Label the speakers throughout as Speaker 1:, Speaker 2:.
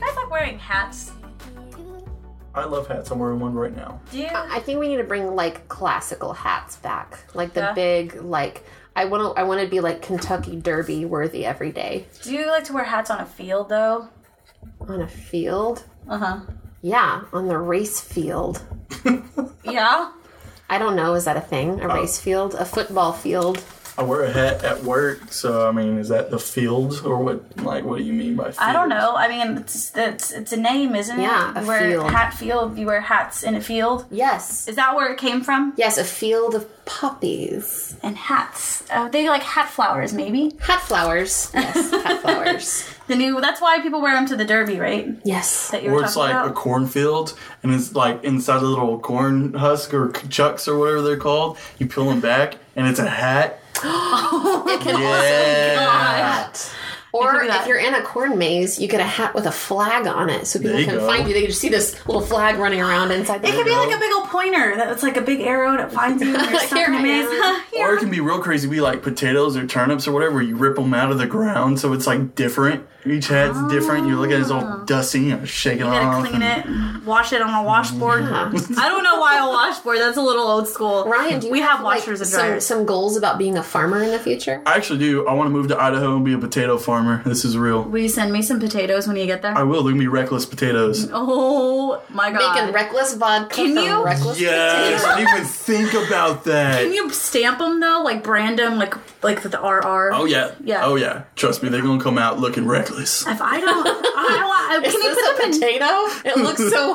Speaker 1: guys like wearing hats?
Speaker 2: I love hats. I'm wearing one right now.
Speaker 1: Do you?
Speaker 3: I think we need to bring like classical hats back, like the
Speaker 1: Yeah.
Speaker 3: big like. I want to. I want to be like Kentucky Derby worthy every day
Speaker 1: Do you like to wear hats on a field though?
Speaker 3: on a field.
Speaker 1: Uh huh.
Speaker 3: Yeah, on the race field.
Speaker 1: Yeah.
Speaker 3: I don't know. Is that a thing?
Speaker 2: Oh.
Speaker 3: A race field? A football field?
Speaker 2: I wear a hat at work, so I mean, is that the field or what? Like, what do you mean by field?
Speaker 1: I don't know. I mean, it's it's, it's a name, isn't it?
Speaker 3: Yeah, a
Speaker 1: you wear
Speaker 3: field.
Speaker 1: hat field. You wear hats in a field.
Speaker 3: Yes.
Speaker 1: Is that where it came from?
Speaker 3: Yes, a field of poppies.
Speaker 1: And hats. Uh, they like hat flowers, maybe.
Speaker 3: Hat flowers. Yes, hat flowers.
Speaker 1: The new. That's why people wear them to the derby, right?
Speaker 3: Yes.
Speaker 1: That you were
Speaker 2: Or it's
Speaker 1: talking
Speaker 2: like
Speaker 1: about.
Speaker 2: a cornfield, and it's like inside a little corn husk or chucks or whatever they're called. You peel them back, and it's a hat.
Speaker 3: It
Speaker 1: Oh
Speaker 3: can
Speaker 2: Yeah.
Speaker 3: hat. Or
Speaker 1: could be that.
Speaker 3: if you're in a corn maze, you get a hat with a flag on it, so people
Speaker 2: There you
Speaker 3: can
Speaker 2: go.
Speaker 3: find you. They can just see this little flag running around inside. The
Speaker 1: It could be like a big old pointer. That's like a big arrow that finds you. When you're stuck
Speaker 3: Here
Speaker 1: in a
Speaker 3: I
Speaker 1: maze.
Speaker 3: am.
Speaker 1: Here
Speaker 2: Or it can be real crazy. Be like potatoes or turnips or whatever. You rip them out of the ground, so it's like different. Each hat's different. You look at it, it's all dusty and shaking
Speaker 1: Oh. You gotta
Speaker 2: off.
Speaker 1: clean
Speaker 2: and-
Speaker 1: it, wash it on a washboard. I don't know why a washboard. That's a little old school.
Speaker 3: Ryan, do you
Speaker 1: we have,
Speaker 3: like,
Speaker 1: washers and
Speaker 3: some,
Speaker 1: dryers.
Speaker 3: some goals about being a farmer in the future?
Speaker 2: I actually do. I want to move to Idaho and be a potato farmer. This is real.
Speaker 1: Will you send me some potatoes when you get there?
Speaker 2: I will. They're gonna be reckless potatoes.
Speaker 1: oh my god!
Speaker 3: Making reckless vodka
Speaker 1: Can
Speaker 3: from
Speaker 1: you?
Speaker 3: reckless
Speaker 2: Yes, I didn't even think about that.
Speaker 1: Can you stamp them though, like brand them, like like with the RR?
Speaker 2: Oh yeah.
Speaker 1: Yeah.
Speaker 2: Oh yeah. Trust me, they're gonna come out looking reckless.
Speaker 1: If I don't, I don't want, can you put them in?
Speaker 3: potato? It looks so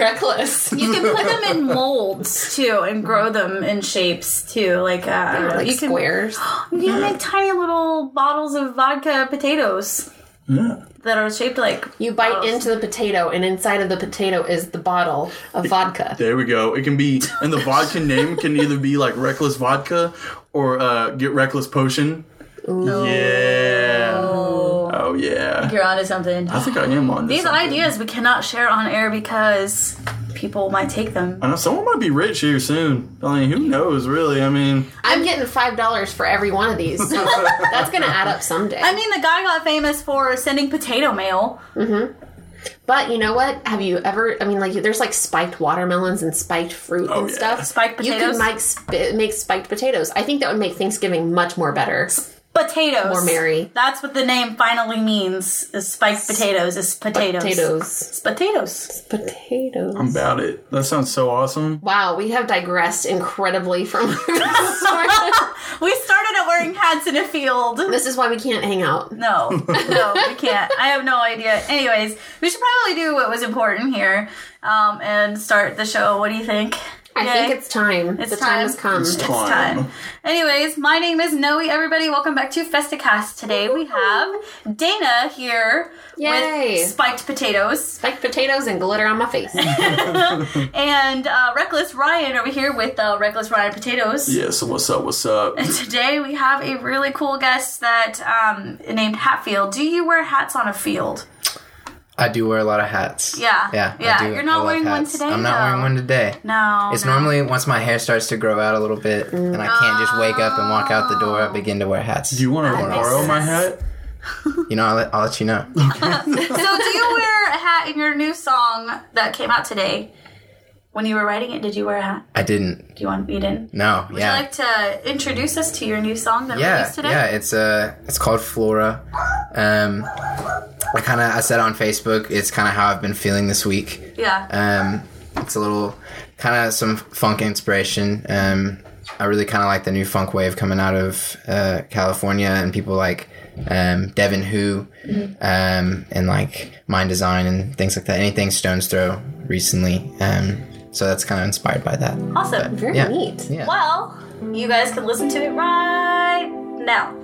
Speaker 3: reckless.
Speaker 1: You can put them in molds too, and grow them in shapes too. Like uh,
Speaker 3: like
Speaker 1: you can
Speaker 3: squares.
Speaker 1: you can make tiny little bottles of vodka potatoes
Speaker 2: Yeah.
Speaker 1: that are shaped like
Speaker 3: You bite
Speaker 1: Oh.
Speaker 3: into the potato, and inside of the potato is the bottle of vodka.
Speaker 2: There we go. It can be, and the vodka name can either be like reckless vodka or uh, get reckless potion. Yeah. Oh yeah.
Speaker 1: you're onto something.
Speaker 2: I think I am on this.
Speaker 1: These
Speaker 2: something.
Speaker 1: ideas we cannot share on air because people might take them.
Speaker 2: I know someone might be rich here soon. I mean, who knows, really? I mean,
Speaker 3: I'm getting five dollars for every one of these. So that's gonna add up someday.
Speaker 1: I mean, the guy got famous for sending potato mail.
Speaker 3: But you know what? Have you ever? I mean, like there's like spiked watermelons and spiked fruit
Speaker 2: Oh,
Speaker 3: and
Speaker 2: yeah.
Speaker 3: stuff.
Speaker 1: Spiked
Speaker 3: You
Speaker 1: potatoes?
Speaker 3: can make sp- make spiked potatoes. I think that would make Thanksgiving much more better.
Speaker 1: Potatoes.
Speaker 3: More merry.
Speaker 1: That's what the name finally means. Is spiked potatoes. Is potatoes.
Speaker 3: Potatoes.
Speaker 1: It's potatoes.
Speaker 3: Potatoes.
Speaker 2: I'm about it. That sounds so awesome.
Speaker 3: wow, we have digressed incredibly from. our story.
Speaker 1: We started at wearing hats in a field.
Speaker 3: this is why we can't hang out.
Speaker 1: No, no, we can't. I have no idea. Anyways, we should probably do what was important here um, and start the show. What do you think?
Speaker 3: I think
Speaker 1: Yay.
Speaker 3: it's time.
Speaker 1: It's
Speaker 3: the time,
Speaker 1: time.
Speaker 3: has come.
Speaker 2: It's time.
Speaker 1: time. Anyways, my name is Noe, everybody. Welcome back to FestaCast. Today we have Dana here
Speaker 3: Yay.
Speaker 1: with Spiked Potatoes
Speaker 3: Spiked potatoes and glitter on my face.
Speaker 1: and uh, Reckless Ryan over here with uh, Reckless Ryan Potatoes.
Speaker 2: Yeah. So what's up? What's up?
Speaker 1: Today we have a really cool guest that um, named Hatfield. Do you wear hats on a field?
Speaker 4: I do wear a lot of hats.
Speaker 1: Yeah.
Speaker 4: Yeah. I
Speaker 1: Yeah,
Speaker 4: do.
Speaker 1: you're not
Speaker 4: I love
Speaker 1: wearing one
Speaker 4: hats.
Speaker 1: today,
Speaker 4: I'm not
Speaker 1: though.
Speaker 4: wearing one today.
Speaker 1: No.
Speaker 4: It's
Speaker 1: no.
Speaker 4: normally once my hair starts to grow out a little bit and I can't just wake up and walk out the door, I begin to wear hats.
Speaker 2: Do you want to
Speaker 4: Everyone else.
Speaker 2: borrow my hat?
Speaker 4: You know, I'll let, I'll let you know.
Speaker 1: So do you wear a hat in your new song that came out today? When you were writing it, did you wear a hat?
Speaker 4: I didn't.
Speaker 1: Do you want you didn't?
Speaker 4: No.
Speaker 1: Would
Speaker 4: yeah.
Speaker 1: you like to introduce us to your new song that
Speaker 4: yeah,
Speaker 1: released today?
Speaker 4: yeah. It's uh, it's called Flora. Um, I kind of I said on Facebook. It's kind of how I've been feeling this week.
Speaker 1: Yeah.
Speaker 4: Um, it's a little kind of some funk inspiration. Um, I really kind of like the new funk wave coming out of uh, California and people like um, Devin Who um, and like Mind Design and things like that. Anything Stones Throw recently. Um, so that's kind of inspired by that.
Speaker 1: awesome.
Speaker 3: Very
Speaker 4: Yeah.
Speaker 3: neat.
Speaker 4: Yeah.
Speaker 1: Well, you guys can listen to it right now.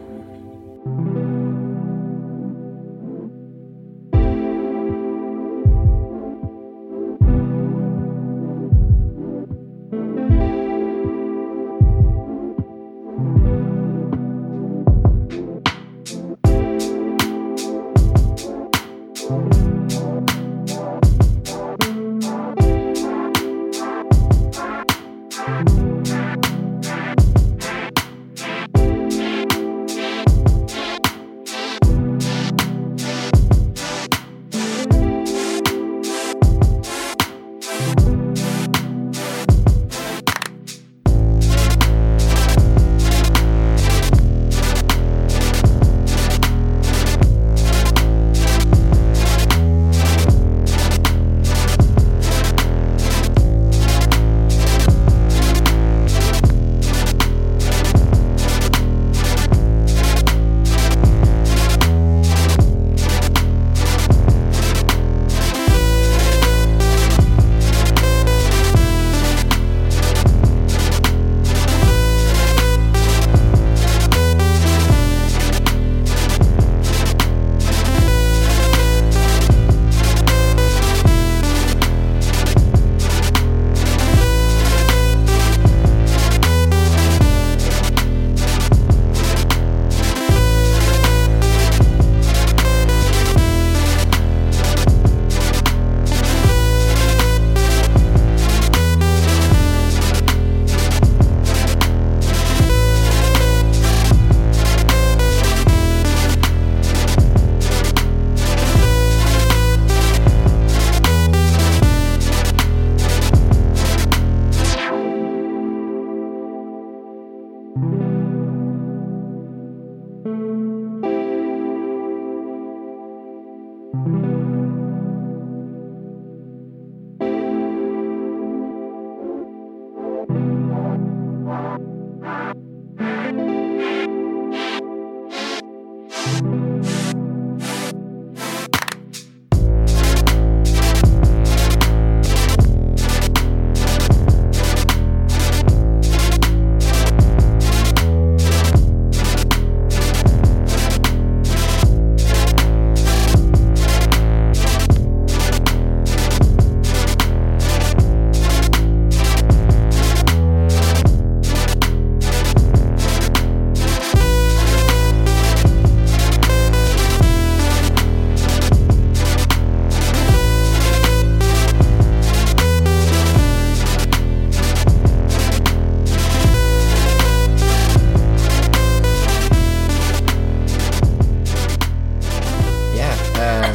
Speaker 4: um,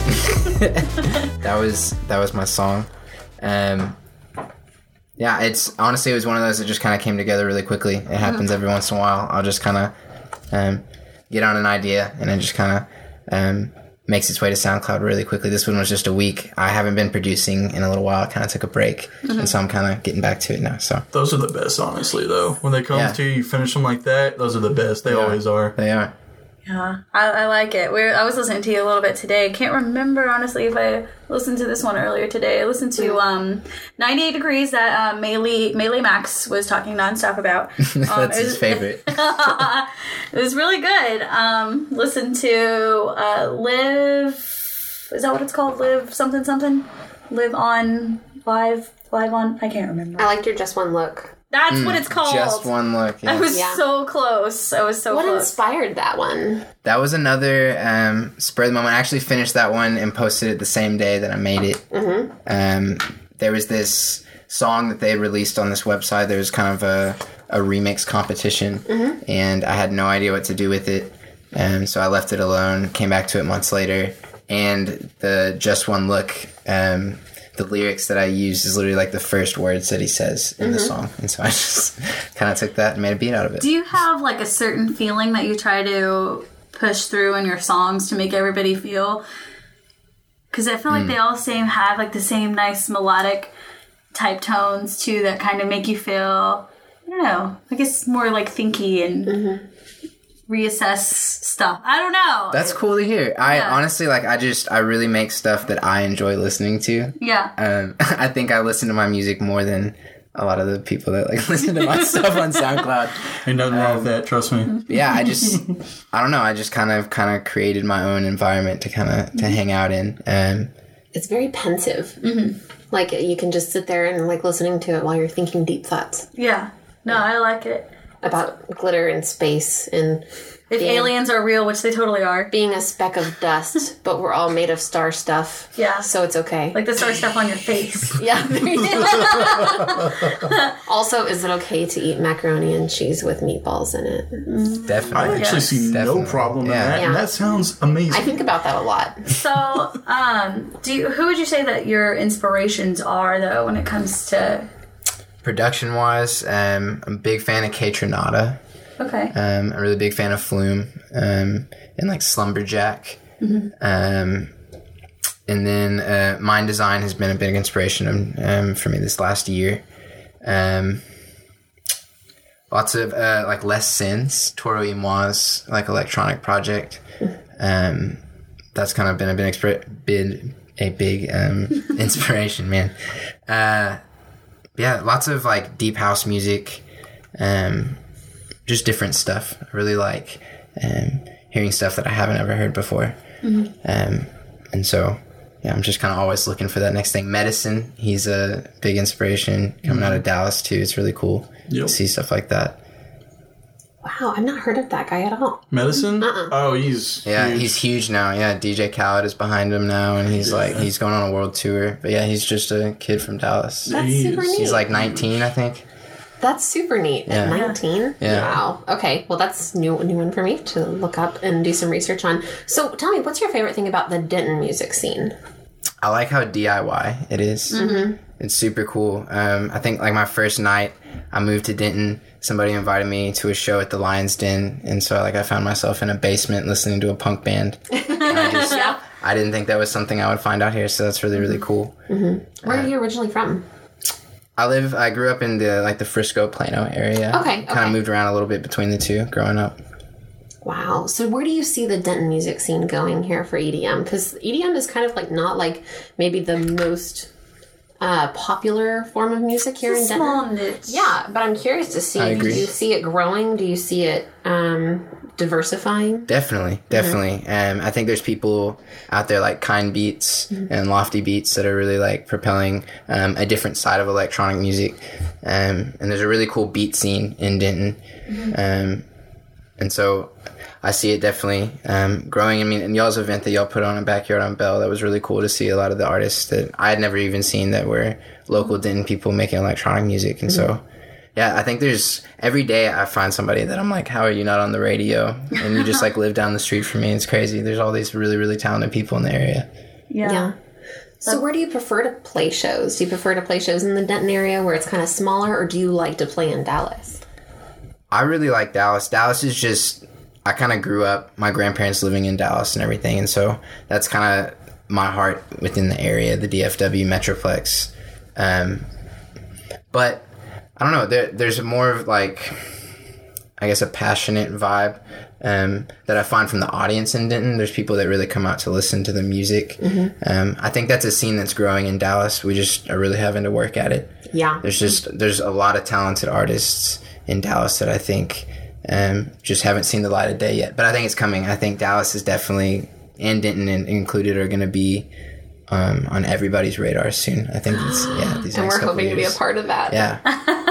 Speaker 4: that was that was my song. Um, yeah, it's honestly it was one of those that just kind of came together really quickly. It happens every once in a while. I'll just kind of um, get on an idea and it just kind of um, makes its way to SoundCloud really quickly. This one was just a week. I haven't been producing in a little while. I kind of took a break,
Speaker 1: Mm-hmm.
Speaker 4: and so I'm kind of getting back to it now. So
Speaker 2: Those are the best, honestly, though. When they come
Speaker 4: Yeah.
Speaker 2: to you, you finish them like that. Those are the best. They always are.
Speaker 4: they are.
Speaker 1: Yeah, I, I like it. We I was listening to you a little bit today. Can't remember honestly if I listened to this one earlier today. I listened to um, 98 Degrees that uh, Maylee Maylee Max was talking nonstop about. Um,
Speaker 4: That's
Speaker 1: it
Speaker 4: his
Speaker 1: was-
Speaker 4: favorite.
Speaker 1: It was really good. Um, listen to uh, live. Is that what it's called? Live something something. Live on live live on. I can't remember.
Speaker 3: I liked your just one look.
Speaker 1: That's what it's called.
Speaker 4: Just one look.
Speaker 1: Oh. I
Speaker 4: yeah.
Speaker 1: was
Speaker 3: Yeah.
Speaker 1: so close. I was so
Speaker 3: What
Speaker 1: close.
Speaker 3: inspired that one?
Speaker 4: That was another um, spur of the moment. I actually finished that one and posted it the same day that I made it. Um, there was this song that they released on this website. There was kind of a, a remix competition, and I had no idea what to do with it. Um, so I left it alone, came back to it months later, and the Just One Look, um, the lyrics that I used is literally like the first words that he says in the song. And so I just kind of took that and made a beat out of it.
Speaker 1: Do you have like a certain feeling that you try to push through in your songs to make everybody feel? Because I feel like they all same have like the same nice melodic type tones too that kind of make you feel I don't know. I guess more like thinky and reassess stuff. I don't know.
Speaker 4: That's cool to hear. I
Speaker 1: Yeah.
Speaker 4: honestly like. I just I really make stuff that I enjoy listening to.
Speaker 1: yeah.
Speaker 4: Um, I think I listen to my music more than a lot of the people that like listen to my stuff on SoundCloud.
Speaker 2: Ain't nothing wrong with that. Trust me.
Speaker 4: But yeah, I just I don't know. I just kind of kind of created my own environment to kind of to hang out in. Um,
Speaker 3: It's very pensive. Mm-hmm. Like you can just sit there and like listening to it while you're thinking deep thoughts
Speaker 1: yeah. No, I like it.
Speaker 3: about glitter and space and
Speaker 1: If aliens are real, which they totally are.
Speaker 3: being a speck of dust, but we're all made of star stuff.
Speaker 1: Yeah.
Speaker 3: So it's okay.
Speaker 1: Like the star stuff on your face.
Speaker 3: yeah. there you go. also, is it okay to eat macaroni and cheese with meatballs in it?
Speaker 2: I
Speaker 4: definitely.
Speaker 2: actually see
Speaker 4: Oh, Definitely.
Speaker 2: no problem in
Speaker 4: Yeah.
Speaker 2: that. And
Speaker 3: Yeah.
Speaker 2: that sounds
Speaker 3: I
Speaker 2: amazing.
Speaker 3: think about that a lot.
Speaker 1: So, um, do you, who would you say that your inspirations are though when it comes to
Speaker 4: Production wise, um, I'm a big fan of K Tronada.
Speaker 1: okay?
Speaker 4: Um, I'm a really big fan of Flume um, and like Slumberjack. Um, and then uh, Mind Design has been a big inspiration um, for me this last year. Um, lots of uh, like Less Sins, Toro Imoa's like electronic project. Um, that's kind of been a big, expir- been a big um, inspiration, man. Uh, yeah, lots of like deep house music. Um, just different stuff. I really like um, hearing stuff that I haven't ever heard before. Um, and so, yeah, I'm just kind of always looking for that next thing. Medicine, he's a big inspiration coming out of Dallas, too. It's really cool to
Speaker 2: Yep.
Speaker 4: see stuff like that.
Speaker 3: Wow, I've not heard of that guy at all.
Speaker 2: Medicine? Oh, he's.
Speaker 4: Uh-uh. Yeah,
Speaker 2: huge.
Speaker 4: he's huge now. Yeah, DJ Khaled is behind him now, and he's like, he's going on a world tour. But yeah, he's just a kid from Dallas.
Speaker 3: That's
Speaker 2: Jeez.
Speaker 3: super neat.
Speaker 4: He's like 19, I think.
Speaker 3: That's super neat. At
Speaker 4: Yeah.
Speaker 3: 19?
Speaker 4: Yeah.
Speaker 3: Wow. Okay. Well, that's new new one for me to look up and do some research on. So, tell me, what's your favorite thing about the Denton music scene?
Speaker 4: I like how DIY it is.
Speaker 3: Mm-hmm.
Speaker 4: It's super cool. Um, I think like my first night, I moved to Denton. Somebody invited me to a show at the Lions Den, and so like I found myself in a basement listening to a punk band. And I, just- I didn't think that was something I would find out here, so that's really really cool.
Speaker 3: Where are you originally from?
Speaker 4: I live. I grew up in the like the Frisco Plano area.
Speaker 3: Okay,
Speaker 4: Kind
Speaker 3: okay.
Speaker 4: of moved around a little bit between the two growing up.
Speaker 3: Wow. So, where do you see the Denton music scene going here for E EDM? Because EDM is kind of like not like maybe the most uh, popular form of music here in Denton.
Speaker 1: Small niche.
Speaker 3: Yeah, but I'm curious to see.
Speaker 4: I
Speaker 3: Do
Speaker 4: agree.
Speaker 3: you see it growing? Do you see it um, diversifying?
Speaker 4: Definitely, definitely. Um, I think there's people out there like Kind Beats and Lofty Beats that are really like propelling um, a different side of electronic music. Um, and there's a really cool beat scene in Denton. Um, and so I see it definitely um, growing. I mean, and y'all's event that y'all put on at Backyard on Bell, that was really cool to see a lot of the artists that I had never even seen that were local Denton people making electronic music. And so, yeah, I think there's every day I find somebody that I'm like, how are you not on the radio? And you just like live down the street from me. It's crazy. There's all these really, really talented people in the area.
Speaker 1: yeah.
Speaker 3: Yeah. So, where do you prefer to play shows? Do you prefer to play shows in the Denton area where it's kind of smaller, or do you like to play in Dallas?
Speaker 4: I really like Dallas. Dallas is just I kind of grew up my grandparents living in Dallas and everything, and so that's kind of my heart within the area, the DFW Metroplex. Um, but I don't know. There, there's more of like I guess a passionate vibe um, that I find from the audience in Denton. There's people that really come out to listen to the music. Um, I think that's a scene that's growing in Dallas. We just are really having to work at it
Speaker 3: Yeah.
Speaker 4: there's just there's a lot of talented artists in Dallas that I think um, just haven't seen the light of day yet. But I think it's coming. I think Dallas is definitely and Denton in, included are going to be um, on everybody's radar soon. I think it's yeah. These
Speaker 3: And
Speaker 4: next
Speaker 3: we're
Speaker 4: couple
Speaker 3: hoping to be a
Speaker 4: years.
Speaker 3: part of that.
Speaker 4: Yeah,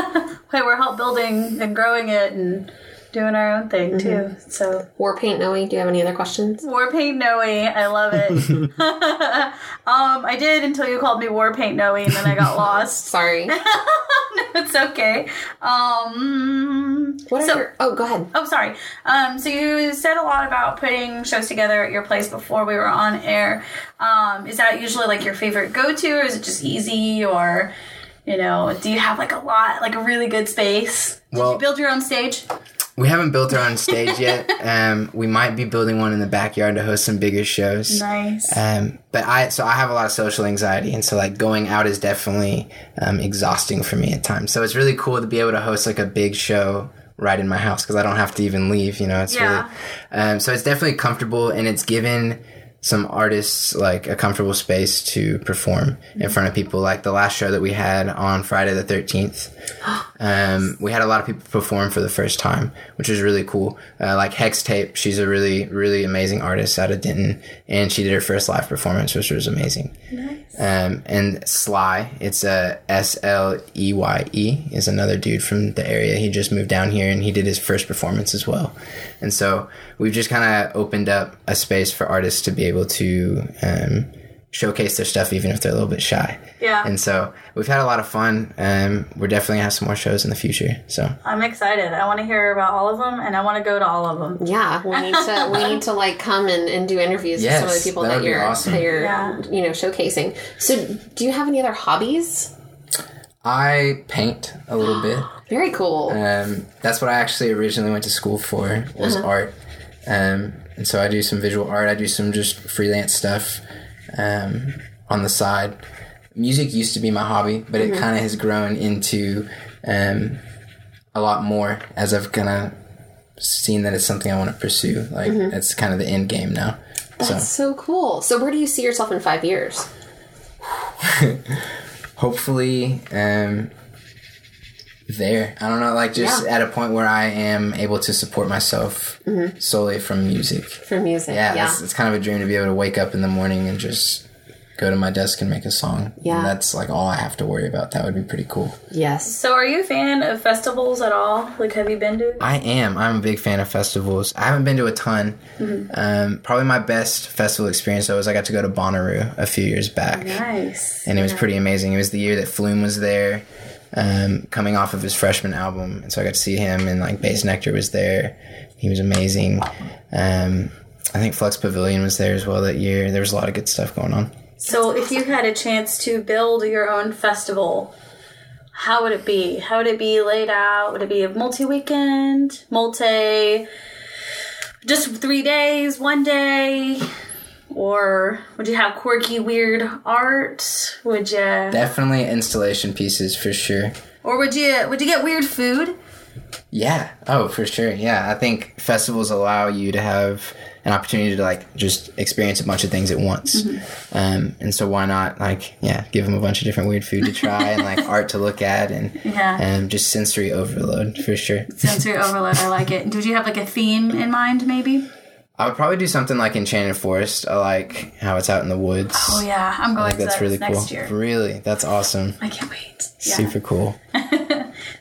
Speaker 1: Wait, we're help building and growing it and doing our own thing too. So
Speaker 3: War Paint Noe, do you have any other questions?
Speaker 1: War Paint Noe, I love it. um, I did until you called me War Paint Noe, and then I got lost.
Speaker 3: Sorry.
Speaker 1: it's okay. Um,
Speaker 3: What are
Speaker 1: so,
Speaker 3: your. Oh, go ahead.
Speaker 1: Oh, sorry. Um, so you said a lot about putting shows together at your place before we were on air. Um, is that usually like your favorite go-to, or is it just easy, or you know, do you have like a lot, like a really good space? Did
Speaker 4: Well-
Speaker 1: you build your own stage?
Speaker 4: we haven't built our own stage yet. Um, we might be building one in the backyard to host some bigger shows.
Speaker 1: Nice.
Speaker 4: Um, but I so I have a lot of social anxiety, and so like going out is definitely um, exhausting for me at times. So it's really cool to be able to host like a big show right in my house because I don't have to even leave. You know, it's
Speaker 1: Yeah.
Speaker 4: really um, so it's definitely comfortable, and it's given some artists like a comfortable space to perform in front of people. Like the last show that we had on Friday the thirteenth, um, we had a lot of people perform for the first time, which was really cool. Uh, like Hex Tape, she's a really, really amazing artist out of Denton, and she did her first live performance, which was amazing. Um, and Sly, it's a S L E Y E, is another dude from the area. He just moved down here, and he did his first performance as well. And so we've just kind of opened up a space for artists to be able to. Um, Showcase their stuff, even if they're a little bit shy.
Speaker 1: Yeah.
Speaker 4: And so we've had a lot of fun. Um, we're definitely gonna have some more shows in the future. So
Speaker 1: I'm excited. I want to hear about all of them, and I want to go to all of them.
Speaker 3: Yeah, we need to we need to like come and, and do interviews with some of
Speaker 4: Yes,
Speaker 3: the people
Speaker 4: that
Speaker 3: that,
Speaker 4: would be
Speaker 3: you're
Speaker 4: awesome.
Speaker 3: that you're
Speaker 1: Yeah.
Speaker 3: you know showcasing. So, do you have any other hobbies?
Speaker 4: I paint a little bit.
Speaker 3: Very cool.
Speaker 4: Um, that's what I actually originally went to school for was
Speaker 3: Uh-huh.
Speaker 4: art. Um, and so I do some visual art. I do some just freelance stuff um, on the side. Music used to be my hobby, but
Speaker 3: Mm-hmm.
Speaker 4: it kind of has grown into um, a lot more as I've kind of seen that it's something I want to pursue. Like that's kind of the end game now.
Speaker 3: Mm-hmm. That's so cool. So, where do you see yourself in five years?
Speaker 4: hopefully um there i don't know like just
Speaker 3: Yeah.
Speaker 4: at a point where i am able to support myself solely from music
Speaker 3: For music,
Speaker 4: yeah,
Speaker 3: Mm-hmm. yeah,
Speaker 4: It's, it's kind of a dream to be able to wake up in the morning and just go to my desk and make a song
Speaker 3: Yeah.
Speaker 4: and that's like all i have to worry about that would be pretty cool
Speaker 3: yes.
Speaker 1: So, are you a fan of festivals at all? Like, have you been to?
Speaker 4: i am i'm a big fan of festivals i haven't been to a ton
Speaker 3: Mm-hmm.
Speaker 4: um, probably my best festival experience though was i got to go to bonnaroo a few years back
Speaker 1: Nice.
Speaker 4: and it was pretty amazing. It was the year that Flume was there, um, coming off of his freshman album, and so I got to see him. And like Bass Nectar was there, he was amazing. Um, I think Flux Pavilion was there as well that year. There was a lot of good stuff going on.
Speaker 1: So, if you had a chance to build your own festival, how would it be? How would it be laid out? Would it be a multi weekend, multi, just three days, one day? Or would you have quirky, weird art? Would you,
Speaker 4: Definitely installation pieces for sure.
Speaker 1: or would you, would you get weird food?
Speaker 4: Yeah. Oh, for sure. Yeah. I think festivals allow you to have an opportunity to like just experience a bunch of things at once.
Speaker 1: Mm-hmm.
Speaker 4: Um, and so why not like yeah, give them a bunch of different weird food to try and like art to look at and
Speaker 1: Yeah.
Speaker 4: um, just sensory overload for sure.
Speaker 1: Sensory overload, I like it. Did you have like a theme in mind, maybe?
Speaker 4: I would probably do something like Enchanted Forest. I like how it's out in the woods.
Speaker 1: Oh, yeah, I'm going
Speaker 4: Like
Speaker 1: to
Speaker 4: that's
Speaker 1: that
Speaker 4: really cool.
Speaker 1: next year.
Speaker 4: Really, that's awesome.
Speaker 1: I can't wait. Yeah.
Speaker 4: Super cool.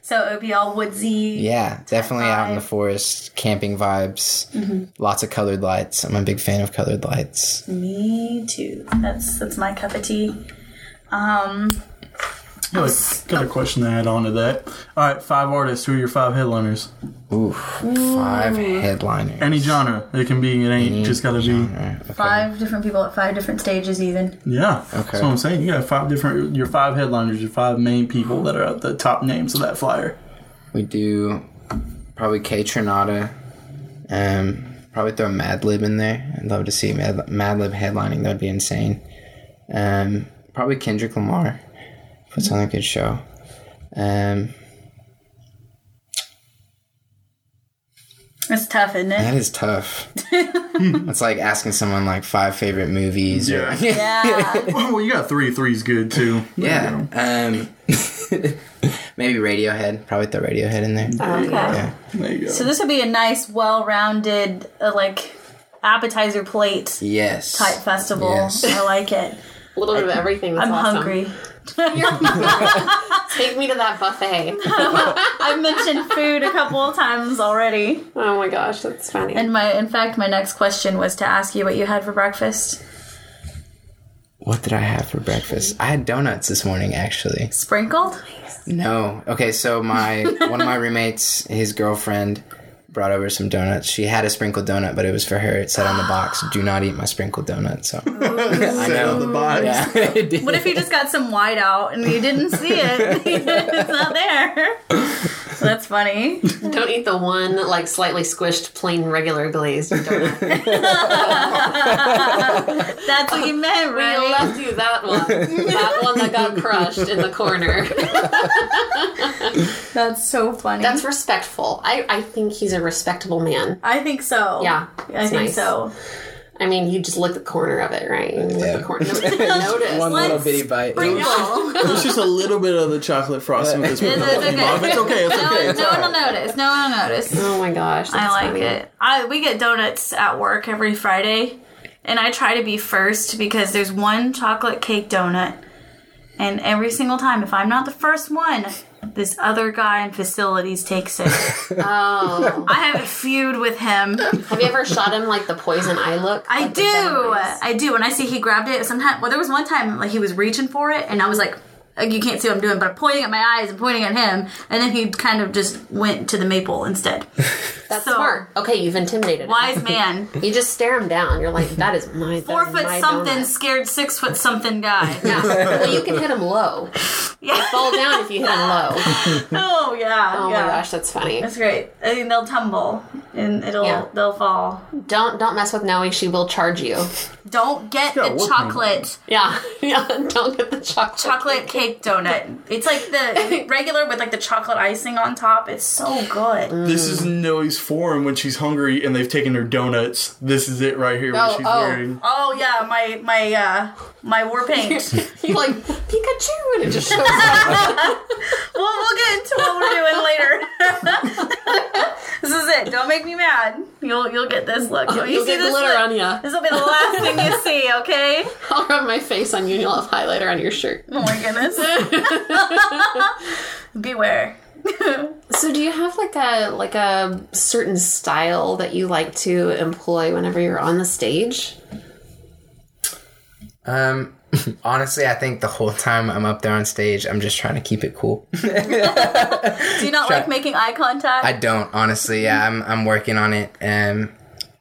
Speaker 1: So it would be all woodsy.
Speaker 4: Yeah, definitely out in the forest, camping vibes.
Speaker 1: Mm-hmm.
Speaker 4: Lots of colored lights. I'm a big fan of colored lights.
Speaker 1: Me too. That's that's my cup of tea. Um,
Speaker 2: Got a, got a question to add on to that. All right, five artists. Who are your five headliners?
Speaker 4: Oof, five headliners.
Speaker 2: Any genre. It can be. It ain't just got to be.
Speaker 4: Genre. Okay.
Speaker 1: Five different people at five different stages, even.
Speaker 2: Yeah.
Speaker 4: Okay.
Speaker 2: That's what I'm saying. You got five different. Your five headliners. Your five main people that are at the top names of that flyer.
Speaker 4: We do probably K Tronada. Um, probably throw Madlib in there. I'd love to see Mad- Madlib headlining. That'd be insane. Um, probably Kendrick Lamar puts on a good show. Um,
Speaker 1: It's tough, isn't it?
Speaker 4: that is tough. It's like asking someone like five favorite movies. or-
Speaker 2: Yeah.
Speaker 1: Yeah.
Speaker 2: well, you got three. Three's good too.
Speaker 4: yeah. Um, maybe Radiohead. Probably throw Radiohead in there.
Speaker 1: okay.
Speaker 2: There you go.
Speaker 1: So this would be a nice, well-rounded, uh, like appetizer plate
Speaker 4: Yes.
Speaker 1: type festival.
Speaker 4: Yes.
Speaker 1: I like it.
Speaker 3: A little bit of everything. That's
Speaker 1: I'm
Speaker 3: awesome.
Speaker 1: hungry.
Speaker 3: Take me to that buffet.
Speaker 1: I've mentioned food a couple of times already.
Speaker 3: oh my gosh, that's funny.
Speaker 1: And my, in fact, my next question was to ask you what you had for breakfast.
Speaker 4: What did I have for breakfast? I had donuts this morning, actually.
Speaker 1: Sprinkled?
Speaker 4: No. Okay, so my one of my roommates, his girlfriend, brought over some donuts. She had a sprinkled donut, but it was for her. It said on the box, "Do not eat my sprinkled donut." So I
Speaker 2: Out of
Speaker 4: know.
Speaker 2: the box.
Speaker 4: Yeah, it did.
Speaker 1: What if you just got some white out and you didn't see it? it's not there. That's funny.
Speaker 3: Don't eat the one like slightly squished, plain, regular glazed donut.
Speaker 1: That's what you meant,
Speaker 3: I
Speaker 1: right?
Speaker 3: left you that one. That one that got crushed in the corner.
Speaker 1: That's so funny.
Speaker 3: That's respectful. I, I think he's a respectable man.
Speaker 1: I think so.
Speaker 3: Yeah,
Speaker 1: I
Speaker 3: that's
Speaker 1: think
Speaker 3: nice.
Speaker 1: so.
Speaker 3: I mean, you just lick the corner of it, right? You lick
Speaker 4: Yeah.
Speaker 3: the corner. Nobody noticed.
Speaker 4: one little
Speaker 1: Let's
Speaker 4: bitty bite.
Speaker 1: Sprinkle.
Speaker 2: There's just a little bit of the chocolate frosting with this.
Speaker 1: It's okay.
Speaker 2: It's okay. It's
Speaker 1: No,
Speaker 2: okay.
Speaker 1: one-
Speaker 2: It's
Speaker 1: no
Speaker 2: all
Speaker 1: one will
Speaker 2: right.
Speaker 1: notice. No one will notice.
Speaker 3: Oh my gosh.
Speaker 1: I
Speaker 3: that's
Speaker 1: like
Speaker 3: funny.
Speaker 1: it. I we get donuts at work every Friday, and I try to be first because there's one chocolate cake donut, and every single time, if I'm not the first one, this other guy in facilities takes it.
Speaker 3: Oh.
Speaker 1: I have a feud with him.
Speaker 3: Have you ever shot him like the poison eye look?
Speaker 1: I
Speaker 3: Like the
Speaker 1: do.
Speaker 3: Benedict's?
Speaker 1: I do. And I see he grabbed it. Sometimes, well, there was one time like he was reaching for it, and I was like, like, you can't see what I'm doing, but I'm pointing at my eyes and pointing at him, and then he kind of just went to the maple instead.
Speaker 3: That's
Speaker 1: So-
Speaker 3: smart. Okay, you've intimidated him.
Speaker 1: Wise man.
Speaker 3: You just stare him down. You're like, that is my
Speaker 1: Four
Speaker 3: that is
Speaker 1: foot
Speaker 3: my
Speaker 1: something,
Speaker 3: donut.
Speaker 1: scared six foot something guy.
Speaker 3: Yeah. well, you can hit him low.
Speaker 1: Yeah.
Speaker 3: Fall down if you hit him low.
Speaker 1: Oh yeah.
Speaker 3: Oh
Speaker 1: yeah.
Speaker 3: my gosh, that's funny.
Speaker 1: That's great. I mean, they'll tumble and it'll
Speaker 3: Yeah.
Speaker 1: they'll fall.
Speaker 3: Don't don't mess with Noe. She will charge you.
Speaker 1: Don't get
Speaker 2: got a
Speaker 1: the
Speaker 2: work on
Speaker 1: chocolate
Speaker 3: Yeah, yeah. Don't get the chocolate.
Speaker 1: chocolate cake donut. It's like the regular with like the chocolate icing on top. It's so good.
Speaker 2: This is Noe's forum when she's hungry and they've taken her donuts. This is it right here.
Speaker 3: Oh,
Speaker 2: what she's
Speaker 3: oh.
Speaker 2: wearing.
Speaker 1: Oh yeah, my my uh my war paint. well,
Speaker 3: You're like Pikachu, and it just shows up.
Speaker 1: we'll get into what we're doing later. this is it. Don't make me mad. You'll you'll get this look. You
Speaker 3: You'll
Speaker 1: see
Speaker 3: get
Speaker 1: this
Speaker 3: glitter
Speaker 1: look?
Speaker 3: on you.
Speaker 1: This will be the last thing you see. Okay.
Speaker 3: I'll rub my face on you, and you'll have highlighter on your shirt.
Speaker 1: Oh my goodness. Beware.
Speaker 3: So, do you have like a like a certain style that you like to employ whenever you're on the stage?
Speaker 4: Um, honestly, I think the whole time I'm up there on stage, I'm just trying to keep it cool.
Speaker 1: Do you not like making eye contact?
Speaker 4: I don't honestly. Yeah, I'm I'm working on it. Um,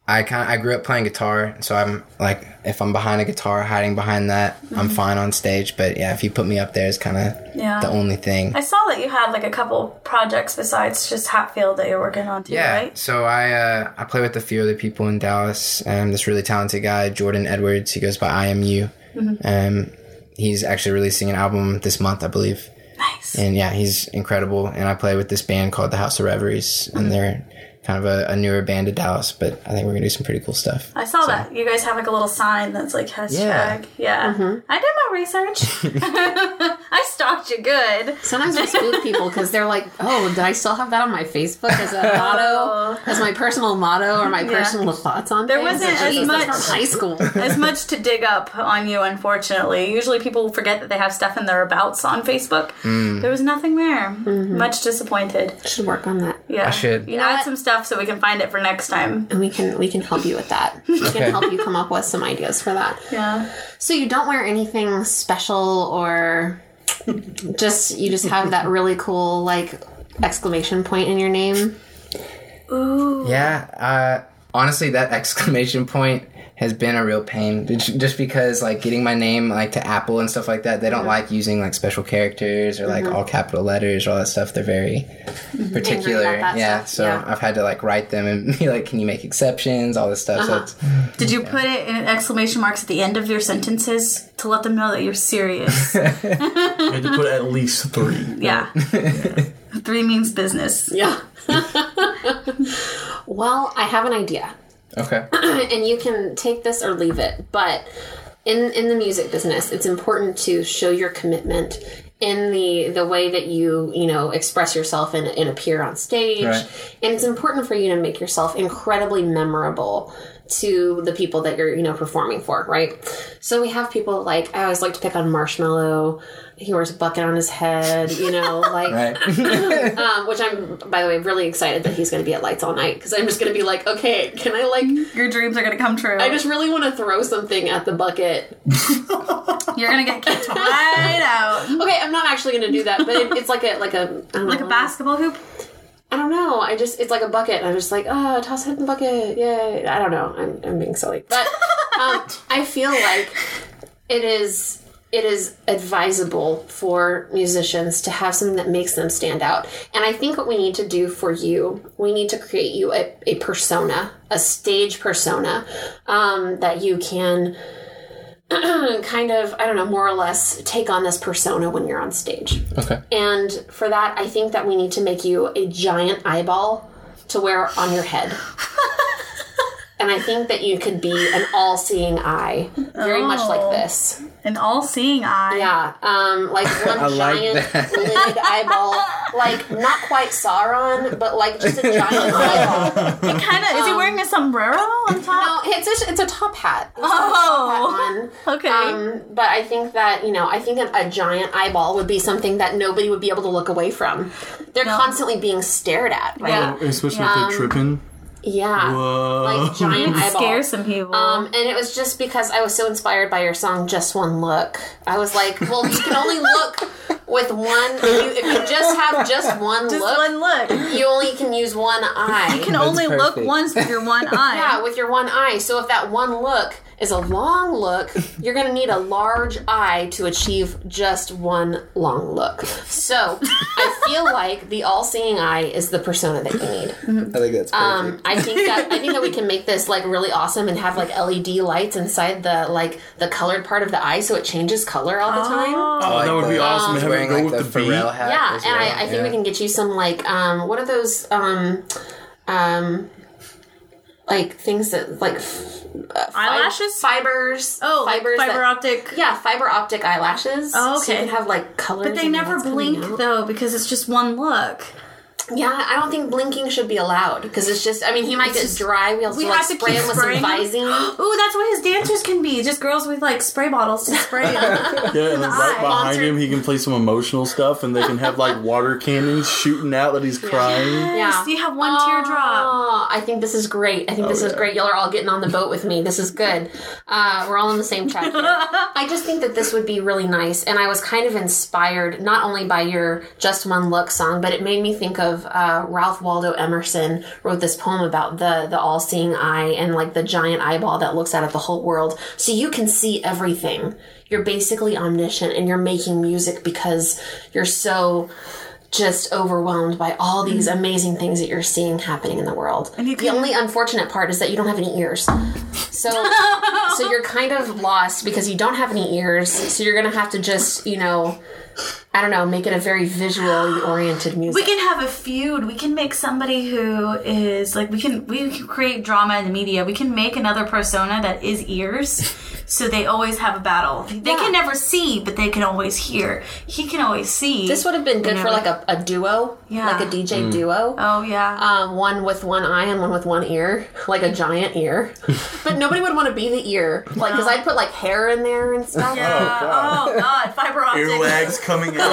Speaker 4: I kind I grew up playing guitar, so I'm like if I'm behind a guitar, hiding behind that, I'm fine on stage. But yeah, if you put me up there, it's kind of
Speaker 1: Mm-hmm. Yeah.
Speaker 4: the only thing.
Speaker 1: I saw that you had like a couple projects besides just Hatfield that you're working on too,
Speaker 4: yeah.
Speaker 1: right?
Speaker 4: So I uh, I play with a few other people in Dallas. Um, this really talented guy, Jordan Edwards. He goes by IMU.
Speaker 1: Mm-hmm.
Speaker 4: Um, he's actually releasing an album this month, I believe.
Speaker 1: Nice.
Speaker 4: and yeah, he's incredible. And I play with this band called the House of Reveries,
Speaker 3: Mm-hmm.
Speaker 4: and they're kind of a, a newer band to Dallas, but I think we're gonna do some pretty cool stuff.
Speaker 1: I saw that. You guys have like a little sign that's like hashtag. Yeah.
Speaker 3: Mm-hmm.
Speaker 1: I did my research. I stalked you good.
Speaker 3: Sometimes we spook people because they're like, "Oh, did I still have that on my Facebook as a motto, as my personal motto, or my personal thoughts on?"
Speaker 1: There
Speaker 3: things?"
Speaker 1: wasn't
Speaker 3: It's
Speaker 1: as
Speaker 3: just, "That's
Speaker 1: much-
Speaker 3: from high school.
Speaker 1: There's much to dig up on you, unfortunately. Usually people forget that they have stuff in their abouts on Facebook.
Speaker 4: Mm.
Speaker 1: There was nothing there. Much disappointed.
Speaker 3: Should work on Mm-hmm. that.
Speaker 1: Yeah.
Speaker 4: I should.
Speaker 1: You add some stuff so we can find it for next time.
Speaker 3: And we can we can help you with that. We can help you come up with some ideas for that.
Speaker 1: Yeah.
Speaker 3: So you don't wear anything special or just you just have that really cool like exclamation point in your name.
Speaker 4: Yeah. Uh, honestly, that exclamation point has been a real pain, Be- just because like getting my name like to Apple and stuff like that, they don't like using like special characters or like all capital letters or all that stuff. They're very particular.
Speaker 3: Mm-hmm. Angry about that
Speaker 4: Yeah.
Speaker 3: stuff,
Speaker 4: So
Speaker 3: yeah.
Speaker 4: I've had to like write them and be like, can you make exceptions? All this stuff.
Speaker 3: Uh-huh.
Speaker 4: So it's,
Speaker 1: Did you put it in exclamation marks at the end of your sentences to let them know that you're serious?
Speaker 2: You had to put at least three.
Speaker 1: yeah. Three means business.
Speaker 3: Yeah. well, I have an idea.
Speaker 4: okay.
Speaker 3: and you can take this or leave it but in in the music business it's important to show your commitment in the the way that you you know express yourself and, and appear on stage
Speaker 4: Right.
Speaker 3: and it's important for you to make yourself incredibly memorable to the people that you're you know performing for right so we have people like i always like to pick on marshmallow he wears a bucket on his head you know like
Speaker 4: Right.
Speaker 3: um, which i'm by the way really excited that he's going to be at lights all night because i'm just going to be like okay can i like
Speaker 1: Your dreams are going to come true.
Speaker 3: I just really want to throw something at the bucket.
Speaker 1: You're going to get kicked right out.
Speaker 3: Okay, I'm not actually going to do that, but it, it's like a like a I don't
Speaker 1: Like a
Speaker 3: know.
Speaker 1: basketball hoop?
Speaker 3: I don't know. I just it's like a bucket. I'm just like oh, toss it in the bucket. Yay! I don't know. I'm I'm being silly, but um, I feel like it is it is advisable for musicians to have something that makes them stand out. And I think what we need to do for you, we need to create you a, a persona, a stage persona um, that you can kind of, I don't know, more or less take on this persona when you're on stage.
Speaker 4: okay.
Speaker 3: And for that, I think that we need to make you a giant eyeball to wear on your head. and I think that you could be an all seeing eye, very much
Speaker 1: Oh.
Speaker 3: like this.
Speaker 1: An all seeing eye.
Speaker 3: Yeah, um, like one
Speaker 4: like
Speaker 3: giant
Speaker 4: that.
Speaker 3: lidded eyeball, like not quite Sauron, but like just a giant eyeball.
Speaker 1: Kind of. Is
Speaker 3: Um,
Speaker 1: he wearing a sombrero on top?
Speaker 3: No, it's a, it's a top hat. It's got a top
Speaker 1: Oh.
Speaker 3: hat on.
Speaker 1: Okay.
Speaker 3: Um, but I think that you know, I think that a giant eyeball would be something that nobody would be able to look away from. They're constantly being stared at, right?
Speaker 1: Yeah.
Speaker 2: Oh, especially if they're tripping.
Speaker 3: Yeah,
Speaker 2: Whoa.
Speaker 3: like giant
Speaker 1: It
Speaker 3: eyeball.
Speaker 1: scares some people.
Speaker 3: Um, and it was just because I was so inspired by your song "Just One Look." I was like, "Well, you can only look with one. If you, if you just have just one
Speaker 1: just
Speaker 3: look,
Speaker 1: one look. You
Speaker 3: you only can use one eye.
Speaker 1: can only look
Speaker 4: perfect.
Speaker 1: once with your one eye.
Speaker 3: yeah, with your one eye. So if that one look is a long look, you're going to need a large eye to achieve just one long look. So I feel like the all-seeing eye is the persona that you need.
Speaker 4: I think that's perfect.
Speaker 3: Um, I think that I think that we can make this like really awesome and have like LED lights inside the like the colored part of the eye, so it changes color all the time.
Speaker 2: Oh, that would be awesome. Have it
Speaker 4: um, Wearing
Speaker 2: go
Speaker 4: like the
Speaker 2: with the, beat.
Speaker 4: Pharrell hat.
Speaker 3: Yeah,
Speaker 4: as
Speaker 3: and
Speaker 4: well,
Speaker 3: I, I think
Speaker 4: yeah.
Speaker 3: we can get you some like um, what are those um, um, like things that like f- uh, fib-
Speaker 1: Eyelashes?
Speaker 3: fibers,
Speaker 1: Oh, like
Speaker 3: fibers,
Speaker 1: fiber
Speaker 3: that-
Speaker 1: optic.
Speaker 3: yeah, fiber optic eyelashes.
Speaker 1: Oh,
Speaker 3: so you
Speaker 1: okay.
Speaker 3: can have like colors.
Speaker 1: But they
Speaker 3: and
Speaker 1: never
Speaker 3: lights coming
Speaker 1: blink
Speaker 3: out.
Speaker 1: though because it's just one look.
Speaker 3: Yeah, I don't think blinking should be allowed because it's just. I mean, he might get dry. We have to
Speaker 1: We
Speaker 3: like
Speaker 1: have to
Speaker 3: spray
Speaker 1: keep
Speaker 3: him with
Speaker 1: spraying
Speaker 3: some
Speaker 1: him?
Speaker 3: Visine.
Speaker 1: Ooh, that's what his dancers can be. Just girls with like spray bottles to spray. it.
Speaker 2: Yeah, and then right
Speaker 1: eye.
Speaker 2: behind
Speaker 1: Monster-
Speaker 2: him, he can play some emotional stuff, and they can have like water cannons shooting out that he's crying.
Speaker 3: Yeah.
Speaker 1: You have one teardrop.
Speaker 3: Oh, I think this is great. I think this is great. Y'all are all getting on the boat with me. This is good. Uh, we're all on the same track. Here. I just think that this would be really nice, and I was kind of inspired not only by your "Just One Look" song, but it made me think of uh, Ralph Waldo Emerson wrote this poem about the the all seeing eye and like the giant eyeball that looks out at the whole world, so you can see everything. You're basically omniscient, and you're making music because you're so just overwhelmed by all these amazing things that you're seeing happening in the world.
Speaker 1: Mm-hmm. you
Speaker 3: the
Speaker 1: can-
Speaker 3: only unfortunate part is that you don't have any ears. So so you're kind of lost because you don't have any ears. So you're going to have to just, you know, I don't know, make it a very visually oriented
Speaker 1: We
Speaker 3: music.
Speaker 1: can have a feud. We can make somebody who is like we can we can create drama in the media. We can make another persona that is ears, so they always have a battle. They
Speaker 3: Yeah.
Speaker 1: can never see, but they can always hear. He can always see.
Speaker 3: this would have been good for like a, a duo,
Speaker 1: Yeah.
Speaker 3: like a DJ duo.
Speaker 1: oh yeah.
Speaker 3: Um, one with one eye and one with one ear, like a giant ear. but nobody would want to be the ear, like because I'd put like hair in there and stuff.
Speaker 1: yeah. Oh god. Fiber optic.
Speaker 2: Earwax coming out.